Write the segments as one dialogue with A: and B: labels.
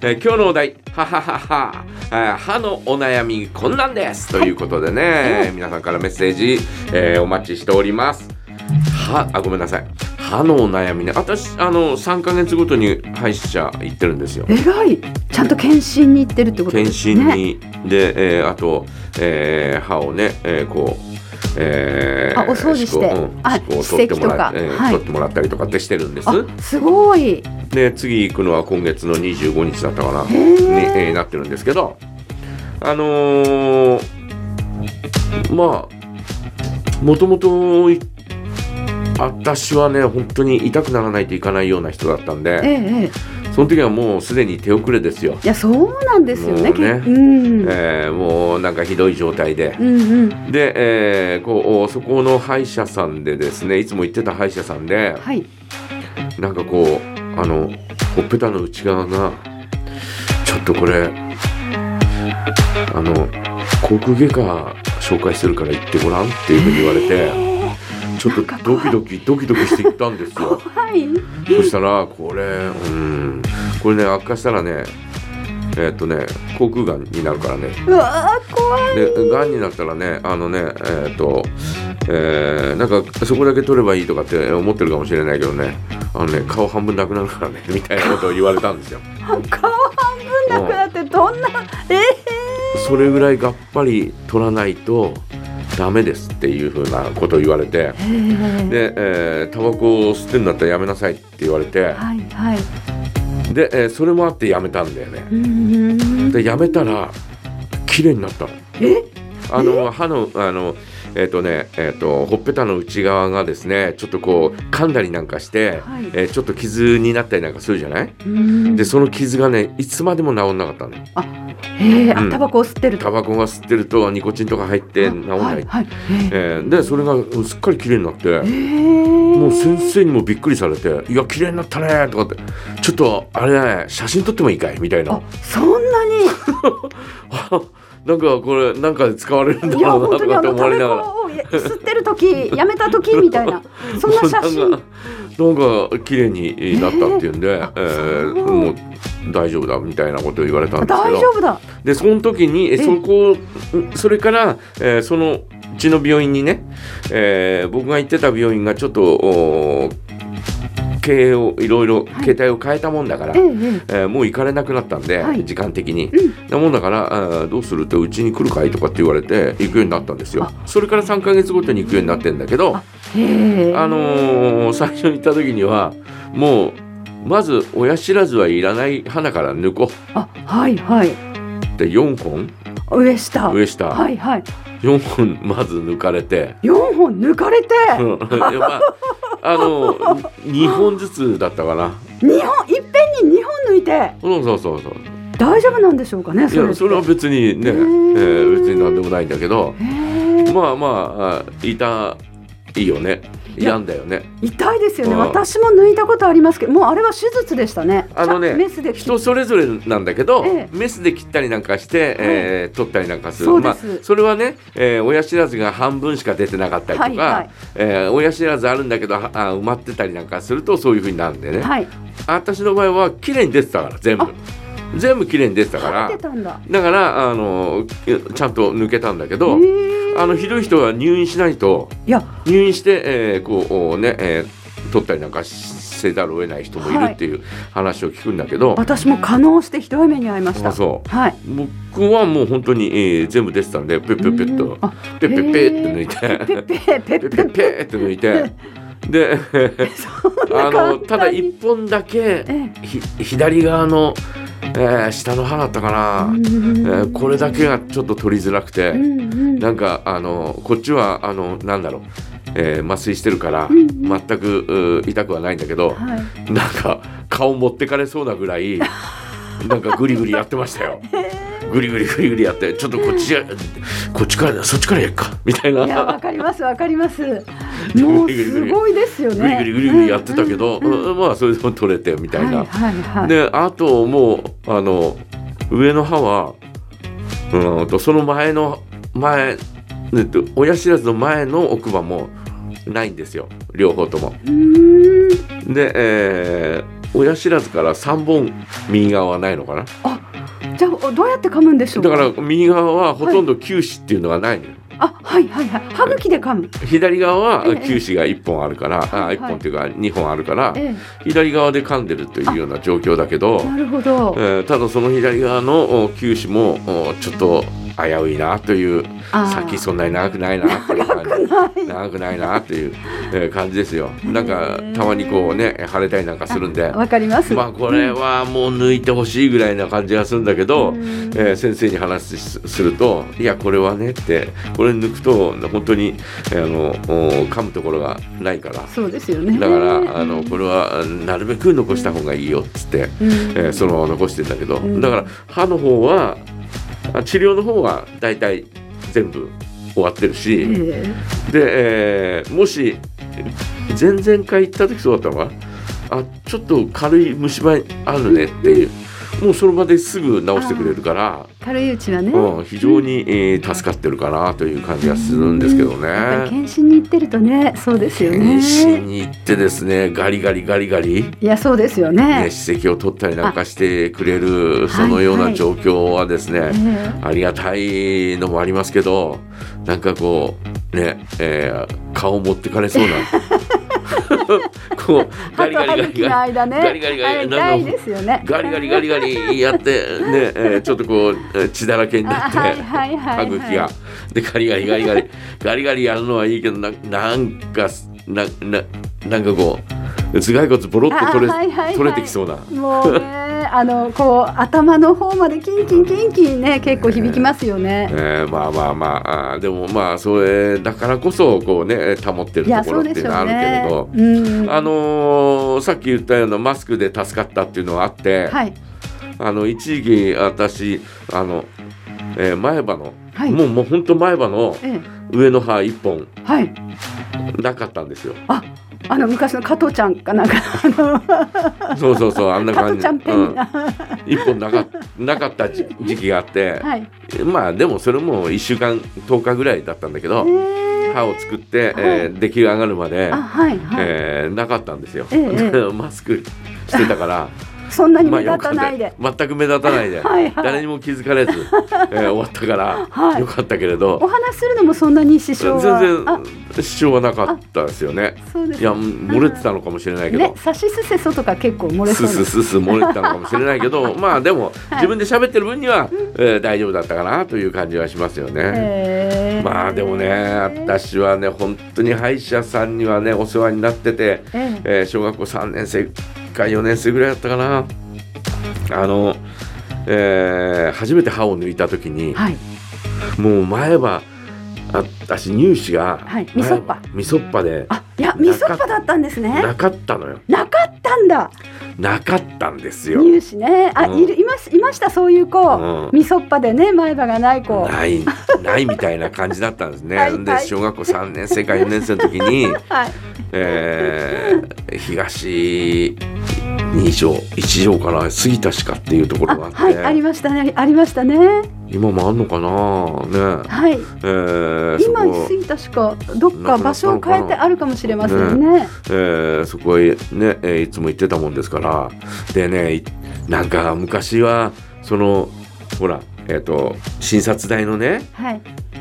A: えー今日のお題「はははは」えー歯のお悩みこんなんです」ということでね、皆さんからメッセージ、えーお待ちしております歯あごめんなさい歯のお悩みね私あの3ヶ月ごとに歯医者行ってるんですよ
B: えらいちゃんと検診に行ってるってことで
A: 検
B: すね
A: 診に、で、えーあと、えー歯をね、えーこう。え
B: あお掃除して
A: 歯垢うん、
B: あ
A: 歯垢を取ってもらっ
B: 歯石とか
A: えー
B: はい
A: 取ってもらったりとかってしてるんです。
B: あすごい
A: で次行くのは今月の25日だったかなに、
B: へー
A: えーなってるんですけどあのーまあもともと私はね本当に痛くならないといかないような人だったん
B: ええ
A: で
B: ええ
A: その時はもうすでに手遅れですよ。
B: いやそうなんですよね
A: もうね
B: けうん、
A: えーもうなんかひどい状態で、
B: うんうん
A: で、えーこうそこの歯医者さんでですねいつも行ってた歯医者さんで
B: はい
A: なんかこうあのほっぺたの内側がちょっとこれあの口腔外科紹介してるから行ってごらんっていうふうに言われ
B: え
A: て
B: ー
A: ちょっとドキドキドキドキして行ったんです よ。
B: 怖い
A: そしたらこれうんこれね悪化したらねえーっとね口腔がんになるからね
B: うわー怖い
A: でがんになったらねあのねえーっとえーなんかそこだけ取ればいいとかって思ってるかもしれないけどねあのね顔半分なくなるからね みたいなことを言われたんですよ
B: 顔半分なくなってどんなえ
A: それぐらいがっぱり取らないとダメですっていうふうなことを言われて
B: えー
A: で、えータバコを吸ってんだったらやめなさいって言われて
B: はいはい
A: で、えーそれもあってやめたんだよね
B: うんうん
A: でやめたら綺麗になったの
B: え
A: あの歯のあのえっ、とねえっ、とほっぺたの内側がですねちょっとこう噛んだりなんかして、
B: はい
A: えーちょっと傷になったりなんかするじゃない
B: うん
A: でその傷がねいつまでも治んなかったの
B: えー
A: うん
B: あタバコを吸ってると
A: タバコが吸ってるとニコチンとか入って治んない、
B: はいはいえー
A: えーでそれがうんすっかり綺麗になって、
B: えー
A: もう先生にもびっくりされて「いや綺麗になったね」とかって「ちょっとあれだね写真撮ってもいいかい?」みたいな
B: あそんなに
A: 「 なんかこれなんかで使われるんだ
B: いや
A: ろうな」
B: 本当
A: と
B: に
A: か
B: あ
A: って
B: の
A: 思
B: タ
A: われな
B: バ
A: がら。
B: コをや吸ってる時やめた時みた いなそんな写
A: もうな
B: 真
A: んかなんか綺麗になったっていうん で、え
B: え
A: ー
B: そう
A: もう大丈夫だみたいなことを言われたんですけ
B: 大丈
A: ど
B: 夫だ
A: でその時にえ
B: え
A: そこそれから、えーそのうちの病院にね、えー僕が行ってた病院がちょっとおー経営をいろいろ
B: はい
A: 携帯を変えたもんだから。
B: えええ
A: えーもう行かれなくなったんで、
B: はい
A: 時間的に、
B: う
A: なもんだから、えーどうするってうちに来るかいとかって言われて行くようになったんですよそれから3ヶ月ごとに行くようになってんだけど
B: あえへえ
A: あのー最初に行った時にはもうまず親知らずはいらない花から抜こ
B: あはいはいう
A: って4本
B: 上下
A: 上下、
B: はいはい
A: 4本まず抜かれて、
B: 四本抜かれて
A: うんいやまあ、あの2本ずつだったかな
B: 二本いっぺんに二本抜いて
A: そうそうそうそう
B: 大丈夫なんでしょうかね
A: い
B: それっ
A: や
B: て
A: それは別にね、え
B: へ
A: ー
B: ー
A: 別に何でもないんだけど
B: へえ
A: まあまあ痛いよね
B: いや
A: 病んだよね
B: 痛いですよね
A: うん
B: 私も抜いたことありますけどもうあれは手術でしたね
A: あのね
B: ちゃんメスで切っ
A: 人それぞれなんだけど、
B: ええ
A: メスで切ったりなんかして、えー取ったりなんかする
B: そうです
A: まあ、それはね、えー親知らずが半分しか出てなかったりとか、
B: はいはい
A: えー親知らずあるんだけどはあ埋まってたりなんかするとそういうふうになるんでね、
B: はい
A: 私の場合は綺麗に出てたから全部
B: あ
A: 全部綺麗に出てたか
B: 食
A: ら
B: べてたんだ
A: だからあのちゃんと抜けたんだけど、
B: へえ
A: あのひどい人は入院しないと
B: いや
A: 入院して、えーこうね、えー取ったりなんかせざるを得ない人もいるっていう話を聞くんだけど、
B: 私も可能してひどい目に遭いまし
A: あ
B: た
A: そう
B: はい
A: 僕はもう本当に、えー全部出てたんでペッペッペッ
B: うん
A: と
B: あ
A: ペッペッペッって抜い
B: ペ
A: て
B: ッペッペ
A: ペ
B: ッ
A: ッ
B: ペ
A: ペ
B: ッ
A: ッペッって抜いてであ
B: 簡単
A: の
B: に
A: ただ1本だけ
B: え
A: ひ左側の、えー下の歯だったかな、えーこれだけがちょっと取りづらくて、
B: うんうん
A: なんかあのこっちはあのなんだろう、えー麻酔してるから
B: うん
A: 全くう痛くはないんだけど、
B: はい
A: なんか顔持ってかれそうなぐらいなんかグリグリやってましたよ。グリグリグリグリやってちょっとこっちじゃこっちからだそっちからやっかみたいない
B: やわかりますわか りますもうすごいですよね
A: グリグリグリグリやってたけど、
B: うんうんうん
A: うんまあそれでも取れてみたいな。
B: はいはいはい
A: であともうあの上の歯はうーんとその前の前えっと親知らずの前の奥歯もないんですよ両方とも。
B: うーん
A: で、え親知らずから3本右側はないのかな
B: じゃあどうやって噛むんでしょう
A: だから右側はほとんど臼歯っていうのがないのよ、
B: あはいはいはい歯茎で噛む
A: 左側は
B: ええ
A: 臼歯が1本あるから、あ
B: はい
A: 1本っていうか2本あるから、
B: え
A: 左側で噛んでるというような状況だけど
B: え、なるほど
A: えーただその左側のお臼歯もおちょっと危ういなという
B: あ
A: 先そんなに長くないなっていう感じ
B: はい
A: 長くないなっていうえー感じですよなんか
B: へえ
A: たまにこうね腫れたりなんかするんで
B: わかります
A: まあこれはもう抜いてほしいぐらいな感じがするんだけど、
B: うん
A: えー先生に話すすると「いやこれはね」ってこれ抜くと本当にあのお噛むところがないから
B: そうですよね
A: だからあのこれはなるべく残した方がいいよっつって、
B: うん
A: えーそのまま残してんだけど
B: うん
A: だから歯の方はあ治療の方は大体全部終わってるし。
B: え
A: で、えーもし前々回行った時そうだったのかなあちょっと軽い虫歯あるねっていうもうその場ですぐ治してくれるから、
B: え軽いうちはね
A: うん、非常に、えー助かってるかなという感じがするんですけど
B: やっ
A: ね。
B: ぱり検診に行ってるとねそうですよ
A: 妊娠
B: ね
A: に行ってですねガリガリガリガリ、
B: いやそうですよ
A: ね、
B: ね
A: 歯石を取ったりなんかしてくれるそのよう
B: はい
A: な
B: はい
A: 状況はですね、
B: ええ
A: ありがたいのもありますけどなんかこうね、えー顔を持ってかれ そうなこうガ
B: 歯
A: リ
B: と
A: ガ
B: 歯
A: リガリ
B: 茎の
A: ガリ
B: 間ね
A: ガリガリガリ
B: あれ
A: な
B: 痛
A: ん
B: い
A: か
B: ですよね
A: ガリガリガリガリやってね、えーちょっとこうえー血だらけになって
B: はいはいはいは
A: 歯
B: い
A: 茎がでガリガリガリガ リガリガリやるのはいいけどななんかなななんかこう頭蓋骨ボロッと取れ,、
B: あはいはいはい
A: 取れてきそうな。
B: もうね、あのこう頭の方までキンキンキンキンね、結構響きますよね。
A: えーまあまあまああーでもまあそれだからこそこうね保ってる
B: い
A: と
B: や、
A: こ
B: そ
A: ろっ
B: う
A: て
B: で
A: いう
B: し
A: のは
B: ょ
A: あ
B: う
A: るけれ
B: ね。
A: ど、
B: うん、
A: あのーさっき言ったようなマスクで助かったっていうのはあって、
B: はい、
A: あの一時期私あの、えー前歯の、
B: はい
A: もうもう本当前歯の
B: え
A: 上の歯一本
B: え、はい、
A: なかったんですよ。
B: あの昔の加藤ちゃんかなんか、あの
A: そうそうそうあんな
B: 加
A: 感
B: 藤
A: じ
B: ちゃんペン
A: うん
B: が、
A: 一本なかなかった時時期があって、
B: はい、
A: まあでもそれも1週間10日ぐらいだったんだけど。
B: ええ
A: 歯を作って、え
B: はい
A: ー出来上がるまで、
B: あ、はいはい、
A: えーなかったんですよ。
B: えええ
A: マスクしてたから、
B: そんなに
A: ま
B: 目
A: あよ
B: 立
A: か
B: た
A: っ
B: な
A: た
B: いで
A: よ、全く目立たないで、
B: はいはい
A: 誰にも気づか れず、えー終わったから、
B: はい
A: よかったけれど
B: お、話しするのもそんなに支障
A: 全
B: は、あ、
A: 然支障はなかったですよね。
B: そうです
A: いや漏れてたのかもしれないけ
B: ね
A: ど、。
B: 差しすせそとか結構漏れ
A: スー
B: そう
A: スー
B: な。
A: スースー漏れてたのかもしれないけどまあでも、
B: はい
A: 自分で喋ってる分には、えー大丈夫だったかなという感じはしますよね。
B: ええ
A: まあでもね、私はね本当に歯医者さんにはねお世話になってて、
B: ええ
A: えー小学校3年生か4年生ぐらいだったかなあの、えー初めて歯を抜いた時に
B: はい、
A: もう前歯あ私乳歯が、
B: はいみそっぱ
A: みそっぱで
B: あ、いや、みそっぱだったんですね。
A: なかったのよ
B: なかったんだ。
A: なかったんですよ。
B: 入試ね。あ、
A: うん
B: いるいますいましたそういう子。
A: うん
B: みそっぱでね前歯がない子。は
A: ないないみたいな感じだったんですね。
B: はいはい
A: で小学校3年生か4年生の時 に
B: い。
A: えー東2条1条から杉田歯科っていうとこ
B: あ、
A: ろがあって
B: はいありましたねありましたね。
A: 今もあんのかなね
B: はい。
A: えー、そ
B: 今
A: こ
B: 過、ぎたしかどっ
A: なくな
B: か場
A: った
B: 所
A: の
B: を
A: かな
B: 変えてあるかもしれませんね。
A: えー、そこへね、えーいつも行ってたもんですからでねいなんか昔はそのほらえっ、と診察台のね
B: はい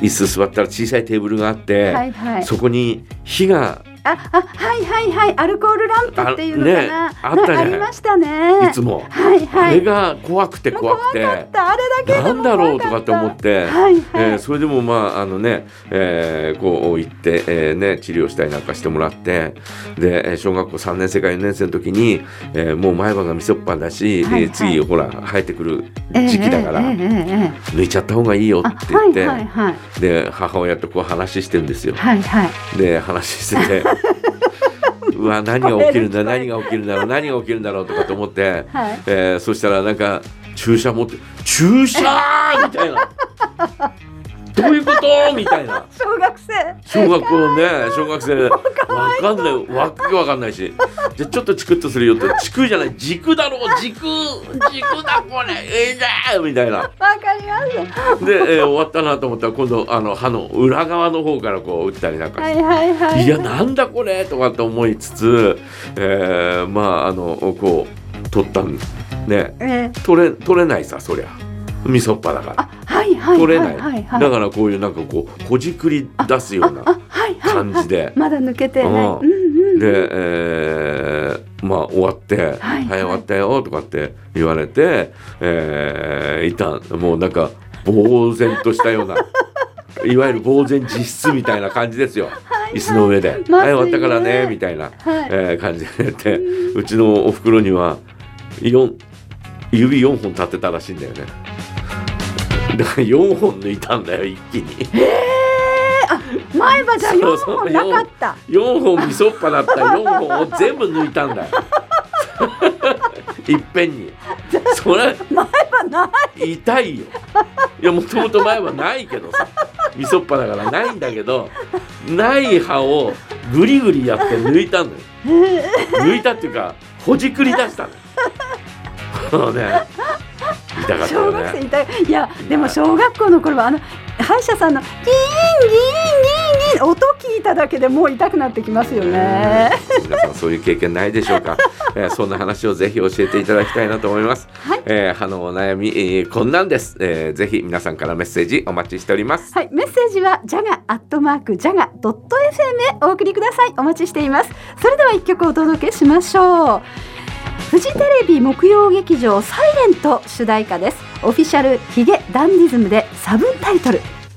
A: 椅子座ったら小さいテーブルがあって、
B: はいはい。
A: そこに火が
B: ああはいはいはいアルコールランプっていうのかな。
A: あねあったじゃない
B: ありましたね。
A: いつも、
B: はいは
A: あれ
B: い。
A: が怖くて怖くて。
B: あったあれだけで
A: な
B: も
A: んだろうとかって思って、
B: はいはい
A: えーそれでもまああのね、えーこう行って、えーね、治療したりなんかしてもらってでえー小学校3年生か4年生の時に、えーもう前歯がみそっぱだし、
B: はいはい
A: えー次ほら生えてくる
B: ええ
A: 時期だから、
B: ええええええ
A: 抜いちゃった方がいいよ
B: あ
A: って言って、
B: はいはいはい
A: で母親とこう話してるんですよ。
B: はいはい。
A: で話して てうわ何が起きるんだ何が起きるんだろう何が起きるんだろうとかと思って、
B: はい
A: え ーそしたらなんか注射持って「注射!」みたいなどういうことみたいな。
B: 小学生
A: 小学校ね、小学生。わかんない、わけわかんないし。じゃ、ちょっとチクッとするよって、チクじゃない、軸だろう、軸、軸だ、これ、ええだみたいな。
B: わかります
A: で、えー終わったなと思ったら、今度、あの、歯の裏側の方からこう打ったりなんかして
B: はいはいはい
A: いやなんだこれとかって思いつつ、えーまああのこう取ったんね
B: えー
A: 取れ取れないさそりゃみそっぱだから
B: あはいはい
A: 取れ
B: は
A: ない,、
B: いはいはい
A: だからこういうなんかこうほじくり出すような
B: あはいはい
A: 感じで
B: まだ抜けてない、
A: うん
B: うんうん
A: で、えーまあ終わって「
B: はい
A: 終わったよ」とかって言われて、えー、一旦もうなんか呆然とした ようないわゆる呆然自失みたいな感じですよ、椅子の上で「
B: ま
A: は
B: ずい
A: い
B: ね
A: 終わったからね」みたいな、
B: はい
A: えー感じでやってうちのおふくろには四指4本立てたらしいんだよね。だから4本抜いたんだよ一気に
B: 前歯じゃ
A: そう
B: 4
A: そう
B: 本なかった
A: 4本みそっぱだった4本を全部抜いたんだよいっぺんにそれ
B: 前歯ない
A: 痛いよいやもともと前はないけどさみそっぱだからないんだけどない歯をグリグリやって抜いたのよ抜いたっていうかほじくり出したのよそうね痛かった
B: 小
A: よ
B: 学生
A: ね
B: いたいやでも小学校の頃はあの歯医者さんのギーンギーンギーンギーン音聞いただけでもう痛くなってきますよね
A: 皆さんそういう経験ないでしょうか、えーそんな話をぜひ教えていただきたいなと思います、
B: はい
A: えー歯のお悩み、えーこんなんです、えーぜひ皆さんからメッセージお待ちしております
B: はい、メッセージはジャガアットマークジャガドット FM へお送りください。お待ちしています。それでは一曲お届けしましょう。フジテレビ木曜劇場サイレント主題歌です。オフィシャルヒゲダンディズムでサブタイトル